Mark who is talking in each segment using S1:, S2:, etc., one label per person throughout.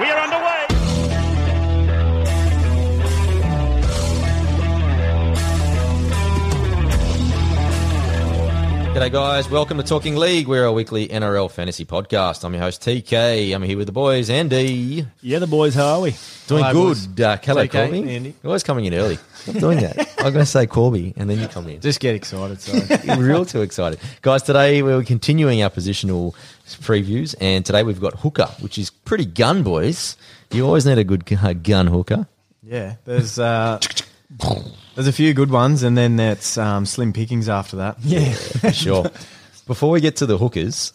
S1: We are underway.
S2: G'day, guys. Welcome to Talking League. We're a weekly NRL fantasy podcast. I'm your host, TK. I'm here with the boys, Andy.
S3: Yeah, the boys, how are we?
S2: Doing
S4: Hi, boys.
S2: good. Uh, hello,
S4: It's okay,
S2: Corby.
S4: Andy.
S2: You're always coming in early. Stop doing that. I'm going to say Corby, and then you come in.
S4: Just get excited, sorry.
S2: You're real too excited. Guys, today we're continuing our positional previews, and today we've got hooker, which is pretty gun, boys. You always need a good gu- uh, gun hooker.
S4: yeah, there's uh, there's a few good ones, and then that's um, slim pickings after that.
S3: Yeah.
S2: For sure. Before we get to the hookers,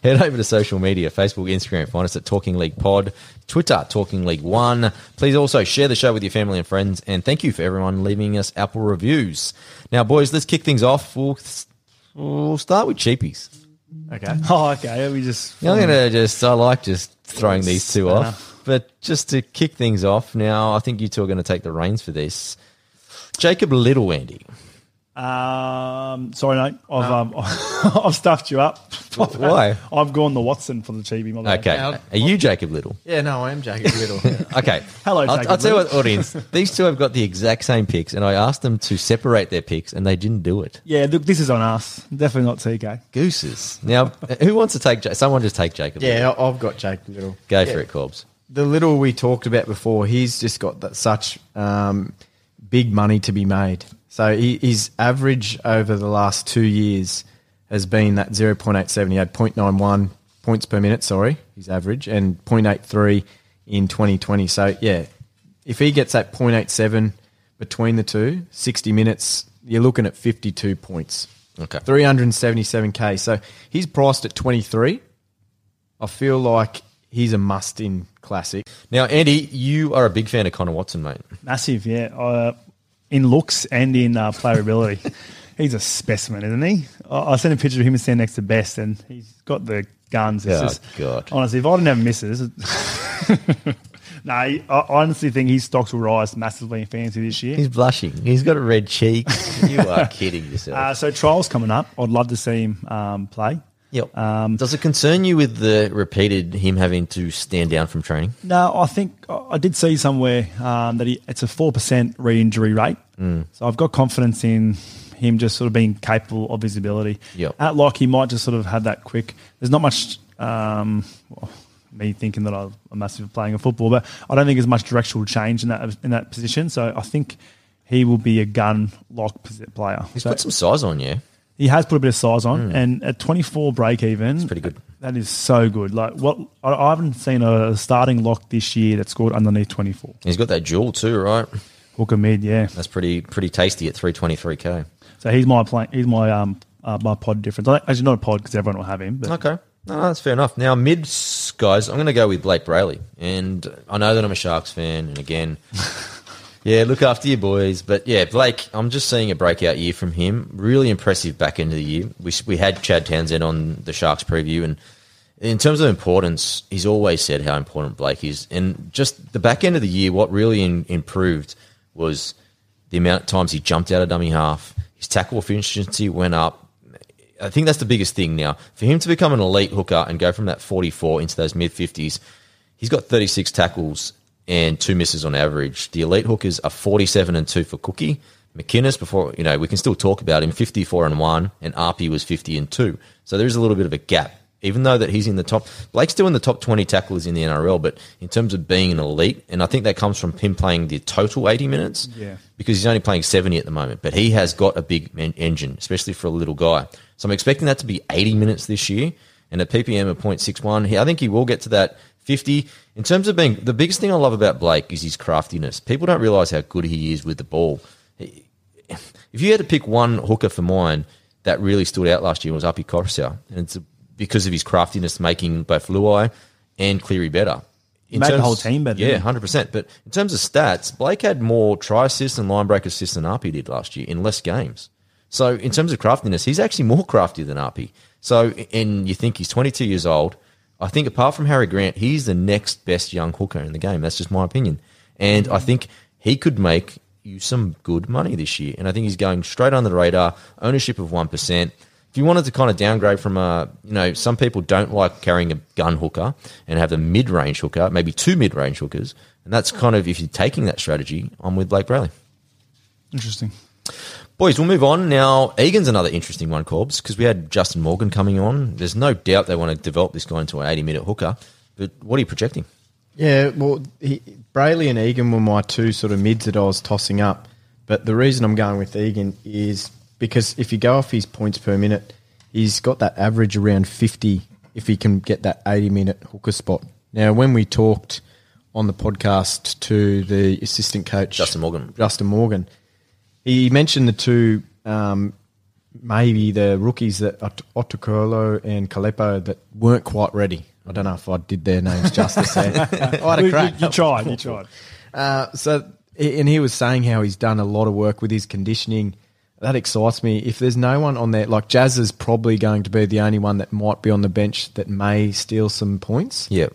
S2: head over to social media Facebook, Instagram, find us at Talking League Pod, Twitter, Talking League One. Please also share the show with your family and friends, and thank you for everyone leaving us Apple reviews. Now, boys, let's kick things off. We'll, we'll start with cheapies.
S4: Okay.
S3: Oh, okay. We just.
S2: Yeah, I'm gonna just. I like just throwing these two off. But just to kick things off, now I think you two are going to take the reins for this. Jacob Little, Andy.
S3: Um, sorry, mate. I've um, I've stuffed you up.
S2: Why?
S3: I've gone the Watson for the Chibi. My bad.
S2: Okay,
S4: Yeah.
S2: are you Jacob Little?
S4: Yeah, no, I am Jacob Little.
S2: Okay,
S3: Hello,
S2: I'll,
S3: Jacob
S2: I'll tell you what,
S3: Little.
S2: audience. These two have got the exact same picks, and I asked them to separate their picks, and they didn't do it.
S3: Yeah, look, this is on us. Definitely not TK.
S2: Gooses. Now, who wants to take? Ja- Someone just take Jacob. Little.
S4: yeah, I- I've got Jacob Little.
S2: go
S4: Yeah.
S2: for it, Corbs.
S4: The Little we talked about before, he's just got that such um, big money to be made. So he, his average over the last two years has been that 0.87. He had 0.91 points per minute, sorry, his average, and 0.83 in 2020. So, yeah, if he gets that 0.87 between the two, 60 minutes, you're looking at 52 points.
S2: Okay.
S4: 377k. So he's priced at 23. I feel like he's a must in classic.
S2: Now, Andy, you are a big fan of Connor Watson, mate.
S3: Massive, yeah. Uh, in looks and in uh, playability. he's a specimen, isn't he? I, I sent a picture of him standing next to Best, and he's got the guns. It's
S2: Oh,
S3: just-
S2: God.
S3: Honestly, if I didn't have misses. No, I I honestly think his stocks will rise massively in fantasy this year.
S2: He's blushing. He's got a red cheek. you are kidding yourself.
S3: Uh, so trials coming up. I'd love to see him um, play.
S2: Yep.
S3: um,
S2: Does it concern you with the repeated him having to stand down from training?
S3: No, I think I I did see somewhere um, that he, it's a four percent re-injury rate.
S2: Mm.
S3: So I've got confidence in him just sort of being capable of his ability.
S2: Yep.
S3: At lock, he might just sort of have that quick. There's not much um, well, me thinking that I'm a massive playing of football, but I don't think there's much directional change in that in that position. So I think he will be a gun lock posi- player.
S2: He's
S3: So-
S2: put some size on you.
S3: He has put a bit of size
S4: Hmm.
S3: on, and at 24 break even, it's
S2: pretty good.
S3: That is so good. Like what I, I haven't seen a starting lock this year that scored underneath 24.
S2: He's got that jewel too, right?
S3: Hooker mid, yeah.
S2: That's pretty pretty tasty at three twenty three k.
S3: So he's my play, he's my um uh, my pod difference. I- Actually, not a pod because everyone will have him. But
S2: Okay, no, that's fair enough. Now mid guys, I'm going to go with Blake Brayley, and I know that I'm a Sharks fan, and again, yeah, look after your boys. But yeah, Blake, I'm just seeing a breakout year from him. Really impressive back end of the year. We we had Chad Townsend on the Sharks preview, and in terms of importance, he's always said how important Blake is, and just the back end of the year, what really in, improved was the amount of times he jumped out of dummy half. His tackle efficiency went up. I think that's the biggest thing now. For him to become an elite hooker and go from that 44 into those mid 50s, he's got 36 tackles and two misses on average. The elite hookers are 47 and 2 for Cookie. McInnes, before, you know, we can still talk about him, 54 and 1, and RP was 50 and 2. So there is a little bit of a gap. Even though that he's in the top, Blake's still in the top 20 tacklers in the NRL, but in terms of being an elite, and I think that comes from him playing the total 80 minutes
S3: Yeah.
S2: because he's only playing 70 at the moment, but he has got a big men- engine, especially for a little guy. So I'm expecting that to be 80 minutes this year and a PPM of 0.61. He- I think he will get to that 50. In terms of being the biggest thing I love about Blake is his craftiness. People don't realize how good he is with the ball. He- If you had to pick one hooker for mine that really stood out last year was Api Corsia, and it's because of his craftiness making both Luai and Cleary better. In
S3: Made the whole team better,
S2: Yeah,
S3: didn't he?
S2: hundred percent. But in terms of stats, Blake had more try assists and line break assists than RP did last year in less games. So in terms of craftiness, he's actually more crafty than RP. So and you think he's twenty two years old. I think apart from Harry Grant, he's the next best young hooker in the game. That's just my opinion. And I think he could make you some good money this year. And I think he's going straight under the radar, ownership of one percent. If you wanted to kind of downgrade from a, you know, some people don't like carrying a gun hooker and have a mid range hooker, maybe two mid range hookers. And that's kind of, if you're taking that strategy, I'm with Blake Brayley.
S3: Interesting.
S2: Boys, we'll move on. Now, Egan's another interesting one, Corbs, because we had Justin Morgan coming on. There's no doubt they want to develop this guy into an 80 minute hooker. But what are you projecting?
S4: Yeah, well, he, Brayley and Egan were my two sort of mids that I was tossing up. But the reason I'm going with Egan is because if you go off his points per minute, he's got that average around 50 if he can get that 80 minute hooker spot. Now, when we talked on the podcast to the assistant coach,
S2: Justin Morgan.
S4: Justin Morgan, he mentioned the two, um, maybe the rookies that Ot- Otokolo and Kalepo that weren't quite ready. I don't know if I did their names justice there. Oh, I had a
S3: You,
S4: crack.
S3: you- you tried. You tried.
S4: Uh, so, and he was saying how he's done a lot of work with his conditioning. That excites me. If there's no one on there, like Jazz is probably going to be the only one that might be on the bench that may steal some points.
S2: Yeah.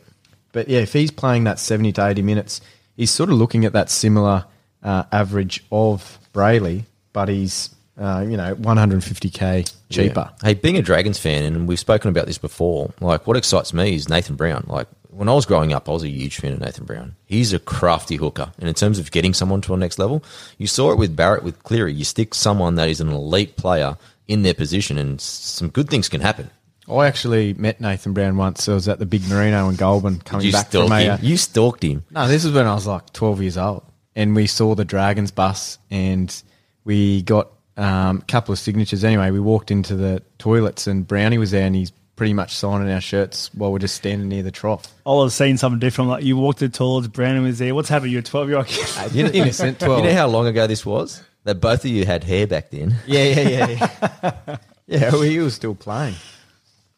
S4: But yeah, if he's playing that 70 to 80 minutes, he's sort of looking at that similar uh, average of Brayley, but he's, uh, you know, 150K cheaper.
S2: Yeah. Hey, being a Dragons fan, and we've spoken about this before, like what excites me is Nathan Brown. Like when I was growing up, I was a huge fan of Nathan Brown. He's a crafty hooker. And in terms of getting someone to a next level, you saw it with Barrett, with Cleary. You stick someone that is an elite player in their position, and s- some good things can happen.
S4: I actually met Nathan Brown once. I was at the Big Merino in Goulburn coming
S2: You
S4: back
S2: stalked,
S4: from a. uh,
S2: him. you stalked him.
S4: No, this is when I was like 12 years old. And we saw the Dragons bus and we got um, a couple of signatures. Anyway, we walked into the toilets and Brownie was there and he's pretty much signing our shirts while we're just standing near the trough.
S3: I was seeing something different. Like you walked the towards Brandon was there. What's happened? You're a 12 year old kid.
S4: Innocent 12.
S2: You know how long ago this was? That both of you had hair back then.
S4: yeah, yeah, yeah. Yeah, yeah well, he was still playing.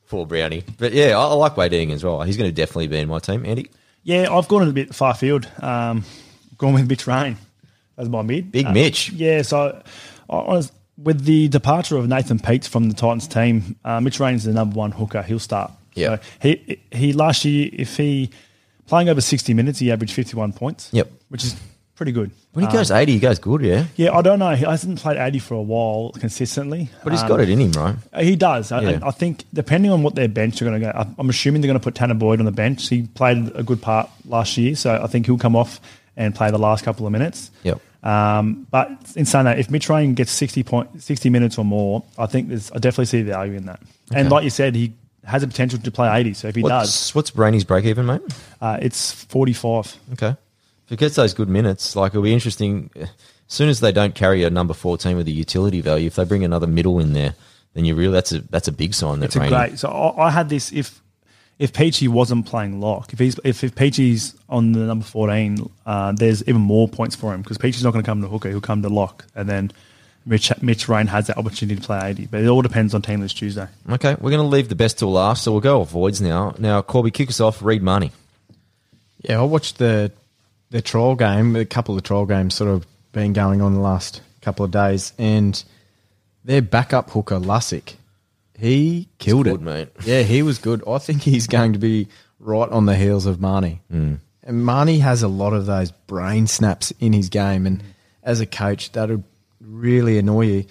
S2: Poor Brownie. But yeah, I, I like Wade Egan as well. He's going to definitely be in my team, Andy.
S3: Yeah, I've gone a bit far field. Um, gone with Mitch Rain as my mid. Um,
S2: Big Mitch.
S3: Yeah, so I, I was- with the departure of Nathan Peets from the Titans team, uh, Mitch Rain is the number one hooker. He'll start.
S2: Yeah.
S3: So he he last year, if he playing over sixty minutes, he averaged fifty one points.
S2: Yep.
S3: which is pretty good.
S4: Um,
S2: When he goes 80, he goes good, yeah.
S3: Yeah, I don't know. He hasn't played eighty for a while consistently,
S2: But he's
S3: Um,
S2: got it in him, right?
S3: He does. I,
S2: Yeah.
S3: I think depending on what their bench are going to go, I- I'm assuming they're going to put Tanner Boyd on the bench. He played a good part last year, so I think he'll come off and play the last couple of minutes.
S2: Yep.
S3: Um, but in saying that, if Mitrain gets 60, point, 60 minutes or more, I think there's I definitely see value in that. And like you said, he has a potential to play 80. So if he does,
S2: What's, what's Brainy's break even, mate?
S3: uh, it's 45.
S2: Okay. If it gets those good minutes, like it'll be interesting. As soon as they don't carry a number 14 with a utility value, if they bring another middle in there, then you really that's a that's a big sign that
S3: It's a
S2: Brainy-
S3: great. So I, I had this if if Peachy wasn't playing lock, if he's if, if Peachy's on the number fourteen, uh, there's even more points for him because Peachy's not going to come to hooker; he'll come to lock, and then Mitch Mitch Rain has that opportunity to play eighty. But it all depends on teamless Tuesday.
S2: Okay, we're going to leave the best till last, so we'll go off voids now. Now, Corby, kick us off. Read money.
S4: Yeah, I watched the the trial game, a couple of trial games sort of been going on the last couple of days, and their backup hooker Lusick, he killed
S2: good,
S4: it,
S2: mate.
S4: Yeah, he was good. I think he's going to be right on the heels of Marnie,
S2: Hmm.
S4: mm. and Marnie has a lot of those brain snaps in his game, and as a coach, that would really annoy you.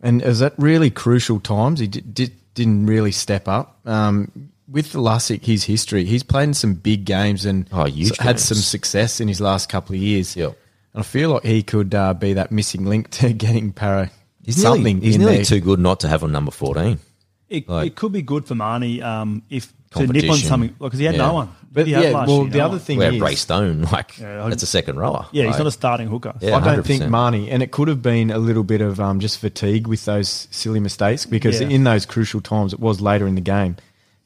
S4: And is that really crucial times? He did, did, didn't really step up. Um, with Lusick, his history, he's played in some big games and
S2: Oh, huge
S4: had
S2: games.
S4: some success in his last couple of years.
S2: Yep.
S4: And I feel like he could uh, be that missing link to getting para
S2: He's
S4: something.
S2: nearly, he's
S4: in
S2: nearly
S4: there.
S2: too good not to have on number 14.
S3: It,
S2: Like-
S3: it could be good for Marnie um, if to nip on
S2: Competition.
S3: something because he had
S2: Yeah.
S3: no one.
S4: But
S3: He had
S4: yeah,
S3: last
S4: well,
S3: year,
S4: the
S3: no
S4: other
S3: one.
S4: thing
S2: We have
S4: is,
S2: Ray Stone. Like,
S3: Yeah, I-
S2: that's a second rower.
S3: yeah, he's
S2: Like,
S3: not a starting hooker.
S2: Yeah.
S4: I don't think
S2: 100%.
S4: Marnie, and it could have been a little bit of um, just fatigue with those silly mistakes because
S3: Yeah.
S4: in those crucial times, it was later in the game.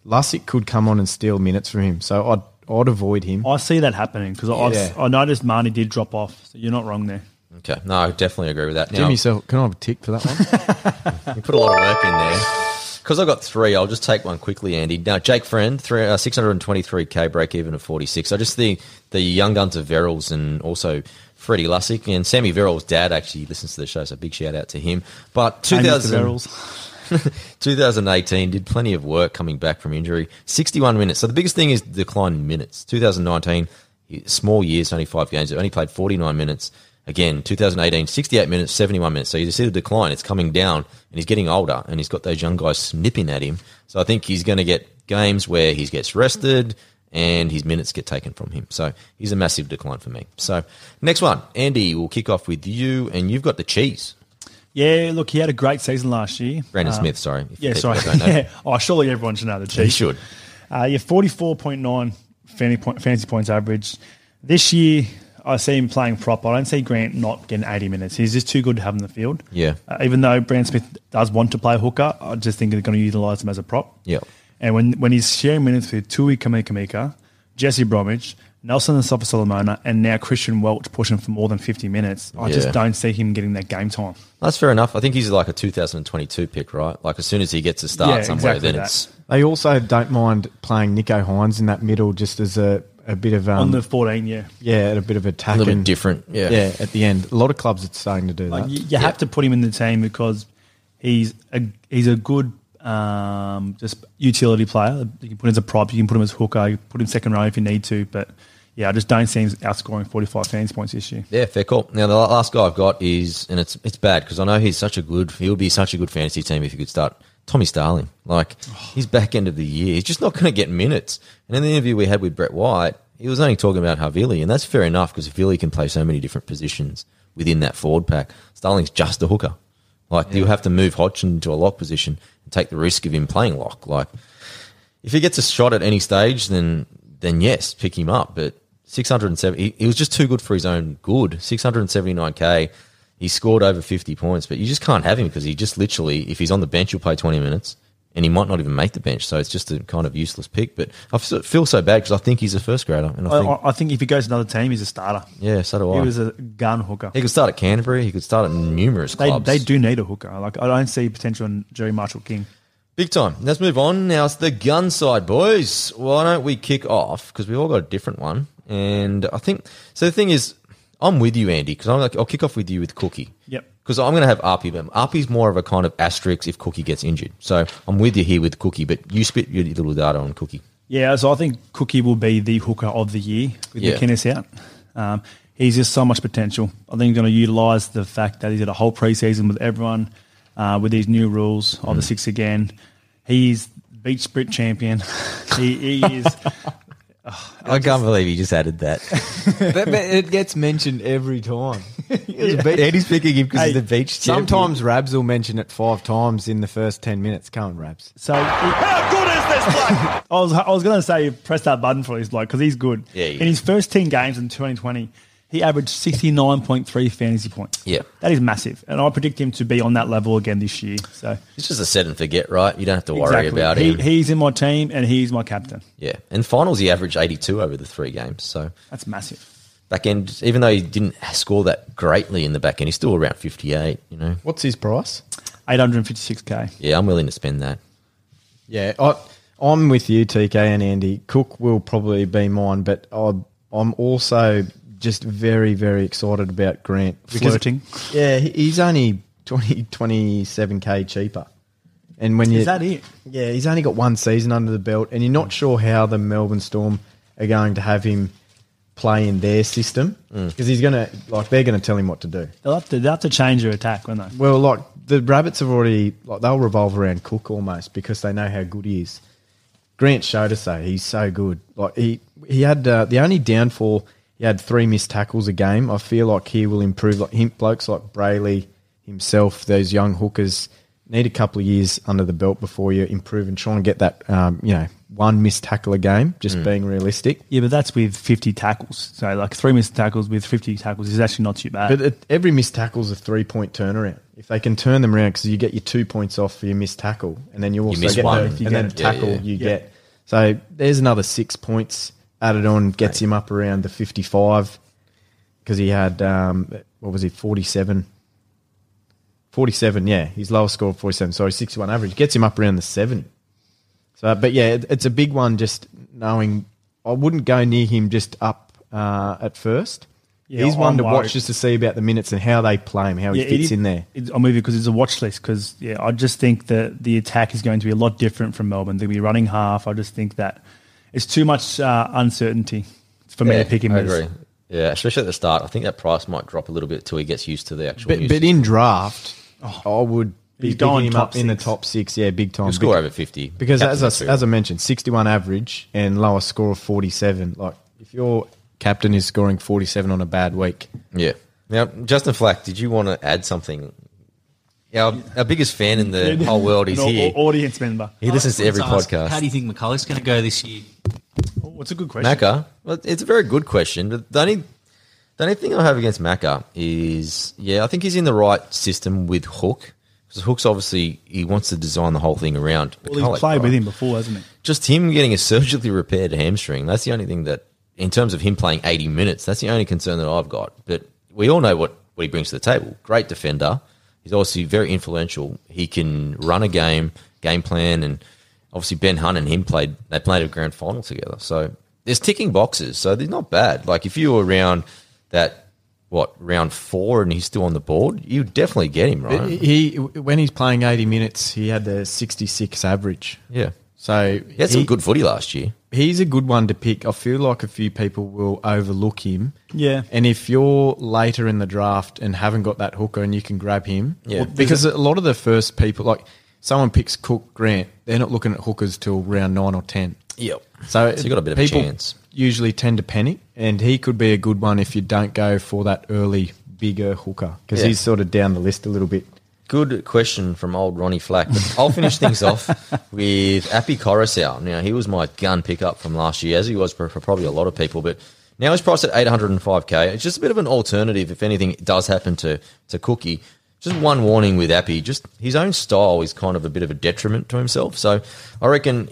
S4: Lusick could come on and steal minutes from him, so I'd I'd avoid him.
S3: I see that happening because
S4: Yeah.
S3: I noticed Marnie did drop off. So you're not wrong there.
S2: Okay, no, I definitely agree with that. Now,
S4: Jimmy, so can I have a tick for that one?
S2: You put a lot of work in there. Because I've got three, I'll just take one quickly, Andy. Now, Jake Friend, three, uh, 623k break even of 46. I just think the young guns of Verrills and also Freddie Lussick and Sammy Verrills' dad actually listens to the show, so big shout out to him. But
S3: Hey, Mr.
S2: 2000,
S3: Verrills.
S2: 2018 did plenty of work coming back from injury, 61 minutes. So the biggest thing is the decline in minutes. 2019, he- small years, only five games, only played 49 minutes. Again, 2018, 68 minutes, 71 minutes. So you see the decline. It's coming down, and he's getting older, and he's got those young guys snipping at him. So I think he's going to get games where he gets rested and his minutes get taken from him. So he's a massive decline for me. So next one, Andy, we'll kick off with you, and you've got the cheese.
S3: Yeah, look, he had a great season last year.
S2: Brandon
S3: Um,
S2: Smith, sorry. if
S3: Yeah,
S2: people
S3: sorry.
S2: don't know.
S3: yeah. Oh, surely everyone should know the
S2: He
S3: Chiefs.
S2: should.
S3: Uh, yeah, 44.9 fantasy, point, fantasy points average. This year, I see him playing prop. I don't see Grant not getting 80 minutes. He's just too good to have in the field.
S2: Yeah.
S3: Uh, even though Brand Smith does want to play hooker, I just think they're going to utilise him as a prop.
S2: Yeah.
S3: And when, when he's sharing minutes with Tui Kamikamika, Jesse Bromwich, Nelson and Sofa Solomona, and now Christian Welch pushing for more than 50 minutes, I
S2: Yeah.
S3: just don't see him getting that game time.
S2: That's fair enough. I think he's like a 2022 pick, right? Like as soon as he gets a start
S3: Yeah,
S2: somewhere,
S3: exactly
S2: then
S3: that.
S2: it's
S4: They also don't mind playing Nico Hines in that middle just as a, a bit of um,
S3: On the 14, yeah.
S4: yeah, a bit of attack
S2: a little bit
S4: and-
S2: different. Yeah.
S4: Yeah, at the end, a lot of clubs are starting to do
S3: Like
S4: that.
S3: you, you have to put him in the team because he's a he's a good um, just utility player. You can put him as a prop, you can put him as hooker, you can put him second row if you need to. But yeah, I just don't see him outscoring forty five fantasy points this year.
S2: Yeah, fair call. Now the la- last guy I've got is, and it's it's bad because I know he's such a good. He would be such a good fantasy team if he could start. Tommy Starling, like
S3: Oh.
S2: his back end of the year, he's just not going to get minutes. And in the interview we had with Brett White, he was only talking about Havili, and that's fair enough because Havili can play so many different positions within that forward pack. Starling's just a hooker. Like you have to move Hodgson to a lock position and take the risk of him playing lock. Like if he gets a shot at any stage, then then yes, pick him up. But 670, he, he was just too good for his own good. 679k, he scored over 50 points, but you just can't have him because he just literally, if he's on the bench, he'll play 20 minutes, and he might not even make the bench. So it's just a kind of useless pick. But I f- feel so bad because I think he's a first grader, and I
S3: I,
S2: think
S3: I, I think if he goes to another team, he's a starter.
S2: yeah, so do I.
S3: He was a gun hooker.
S2: he could start at Canterbury. He could start at numerous
S3: They,
S2: clubs.
S3: they do need a hooker. Like I don't see potential in Jerry Marshall King.
S2: Big time. Let's move on. Now it's the gun side, boys. Why don't we kick off? Because we've all got a different one. And I think so. The thing is, I'm with you, Andy, because I'm like, I'll kick off with you with Cookie.
S3: Yep.
S2: Because I'm going to have Arpy. But Arpy's more of a kind of asterisk if Cookie gets injured. So I'm with you here with Cookie, but you spit your little data on Cookie.
S3: Yeah, so I think Cookie will be the hooker of the year with
S2: Yeah.
S3: McInnes out. Um, he's just so much potential. I think he's going to utilise the fact that he's had a whole preseason with everyone uh, with these new rules of
S2: Mm.
S3: the six again. He's beach sprint champion. he, he is.
S2: I, can't believe you just added that.
S4: but, but it gets mentioned every time.
S2: Andy's picking him because
S3: Hey,
S2: he's the beach. champion.
S4: Sometimes Rabs will mention it five times in the first 10 minutes. Come on, Rabs.
S3: So he-
S1: How good is this bloke?
S3: I was I was going to say press that button for this bloke because he's good.
S2: Yeah, he
S3: in his first ten games in 2020, he averaged 69.3 fantasy points.
S2: Yeah.
S3: that is massive, and I predict him to be on that level again this year. So
S2: it's just a set and forget, right? You don't have to worry about
S3: he,
S2: him.
S3: He's in my team and he's my captain.
S2: yeah. And finals, he averaged 82 over the three games. So
S3: That's massive.
S2: back end, even though he didn't score that greatly in the back end, he's still around 58, you know.
S4: What's his price?
S3: 856k.
S2: Yeah, I'm willing to spend that.
S4: Yeah, I, I'm with you, TK and Andy. Cook will probably be mine, but I, I'm also just very, very excited about Grant.
S3: Flirting.
S4: Yeah, he- he's only 20, 27k cheaper. And when you
S3: Is that it?
S4: Yeah, he's only got one season under the belt, and you're not sure how the Melbourne Storm are going to have him play in their system because he's going to like they're going to tell him what to do.
S3: They'll have to, they'll have to change their attack, won't they?
S4: Well, like the rabbits have already like they'll revolve around Cook almost because they know how good he is. Grant showed us though he's so good. Like he he had uh, the only downfall he had three missed tackles a game. I feel like he will improve. Like him, blokes like Brayley himself, those young hookers need a couple of years under the belt before you improve and try and get that um, you know one missed tackle a game. Just being realistic.
S3: Yeah, but that's with 50 tackles. So, like, three missed tackles with 50 tackles is actually not too bad.
S4: But it, every missed tackle's a three point turnaround. If they can turn them around, because you get your two points off for your missed tackle, and then you also
S2: miss
S4: get
S2: one.
S4: the,
S2: If you
S4: and
S3: get
S4: then
S3: it.
S2: Yeah,
S4: tackle
S2: yeah.
S4: you
S3: Yeah.
S4: get. So there's another six points added on, gets him up around the 55 because he had um, what was he 47. 47, yeah, his lowest score of 47. Sorry, 61 average gets him up around the 70. So, but yeah, it, it's a big one. Just knowing, I wouldn't go near him just up uh, at first.
S3: Yeah,
S4: He's one
S3: I'm
S4: to
S3: worried.
S4: watch just to see about the minutes and how they play him, how he
S3: Yeah,
S4: fits
S3: is-
S4: in there.
S3: it's- I'm with you because it's a watch list. Because yeah, I just think that the attack is going to be a lot different from Melbourne. They'll be running half. I just think that it's too much uh, uncertainty for me to pick him
S2: I
S3: as.
S2: agree. Yeah, especially at the start. I think that price might drop a little bit till he gets used to the actual.
S4: But,
S2: new
S4: but
S2: system.
S4: in draft, I would be
S3: Oh, He's
S4: picking
S3: going
S4: him
S3: top
S4: up in the
S3: six.
S4: top six. Yeah, big time.
S2: He'll score
S4: Bec-
S2: over fifty
S4: Because as I,
S2: Captain
S4: as I
S2: material.
S4: mentioned, 61 average and lower score of 47. Like if your captain is scoring 47 on a bad week,
S2: yeah. Now, Justin Flack, did you want to add something? Yeah, our, our biggest fan in the whole world is
S3: An au-
S2: here.
S3: Audience member.
S2: He listens to
S5: I just
S2: every
S5: wanted to ask, How
S2: podcast.
S5: do you think McCullough's going to go this year?
S3: Oh, what's a good question?
S2: Macca, well, it's a very good question. But the only the only thing I have against Macca is, yeah, I think he's in the right system with Hook because Hook's obviously he wants to design the whole thing around.
S3: Well,
S2: McCulloch,
S3: he's played with
S2: right?
S3: him before, hasn't he?
S2: just him getting a surgically repaired hamstring. That's the only thing that, in terms of him playing 80 minutes, that's the only concern that I've got. But we all know what, what he brings to the table. Great defender. He's obviously very influential. He can run a game, game plan, and obviously Ben Hunt and him played. They played a grand final together. So there's ticking boxes. So they're not bad. Like if you were around that, what round four, and he's still on the board, you definitely get him right.
S4: he when he's playing 80 minutes, he had the 66 average.
S2: yeah,
S4: So
S2: he had some good footy last year.
S4: he's a good one to pick. I feel like a few people will overlook him.
S3: Yeah.
S4: And if you're later in the draft and haven't got that hooker and you can grab him,
S2: Yeah. Well, there's
S4: because a lot of the first people, like someone picks Cook Grant, they're not looking at hookers till round nine or 10.
S2: Yep.
S4: So,
S2: So you got a bit of a
S4: people
S2: chance.
S4: usually tend to panic, and he could be a good one if you don't go for that early bigger hooker because
S2: Yeah.
S4: he's sort of down the list a little bit.
S2: Good question from old Ronnie Flack. But I'll finish things off with Appy Coruscant. Now, he was my gun pickup from last year, as he was for, for probably a lot of people, but now he's priced at 805k. It's just a bit of an alternative if anything does happen to, to Cookie. Just one warning with Appy, just his own style is kind of a bit of a detriment to himself. So I reckon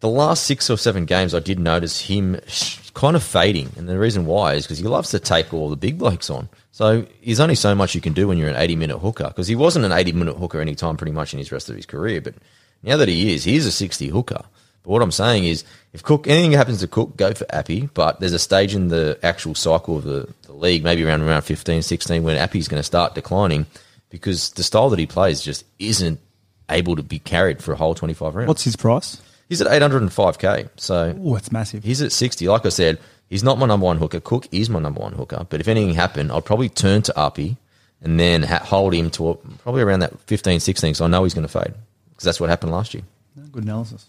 S2: the last six or seven games, I did notice him sh- kind of fading, and the reason why is because he loves to take all the big blokes on. So there's only so much you can do when you're an 80 minute hooker, because he wasn't an 80 minute hooker any time pretty much in his rest of his career. But now that he is, he is a 60 hooker. But what I'm saying is, if Cook anything happens to Cook, go for Appy. But there's a stage in the actual cycle of the, the league, maybe around around 15, 16, when Appy's going to start declining because the style that he plays just isn't able to be carried for a whole 25 rounds.
S3: What's his price?
S2: He's at 805k. So
S3: Oh, it's massive.
S2: he's at 60. Like I said, he's not my number one hooker. Cook is my number one hooker. But if anything happened, I'd probably turn to Uppy and then ha- hold him to a, probably around that 15, 16 because I know he's going to fade because that's what happened last year.
S3: Good analysis.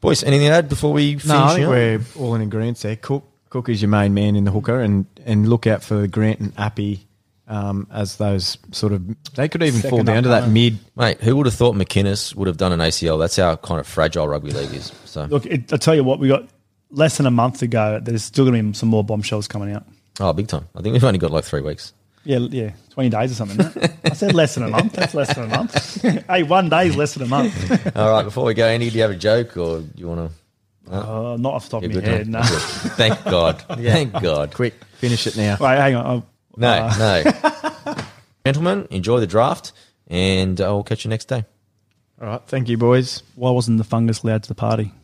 S2: Boys, anything to add before we finish?
S4: No, I think
S2: up?
S4: we're all in agreement there. Cook Cook is your main man in the hooker, and and look out for Grant and Appy um, as those sort of they could even fall
S3: Second
S4: down to that
S3: upcomer.
S4: mid.
S2: Mate, who would have thought McInnes would have done an ACL? That's how kind of fragile rugby league is. So,
S3: Look, it, I tell you what, we got less than a month to go. There's still going to be some more bombshells coming out.
S2: oh, big time. I think we've only got like three weeks.
S3: Yeah, yeah, twenty days or something. isn't it? I said less than a month. That's less than a month. hey, one day is less than a month.
S2: All right, before we go, Andy, do you have a joke or do you want to?
S3: Uh, not off the top
S2: Yeah,
S3: of my
S2: good
S3: head.
S2: one.
S3: No.
S2: Good. Thank God. Thank God.
S4: Quick, finish it now.
S3: Wait, hang on. uh, I'll-
S2: No, no. Gentlemen, enjoy the draft, and I'll catch you next day.
S4: All right, thank you, boys.
S3: Why wasn't the fungus allowed to the party?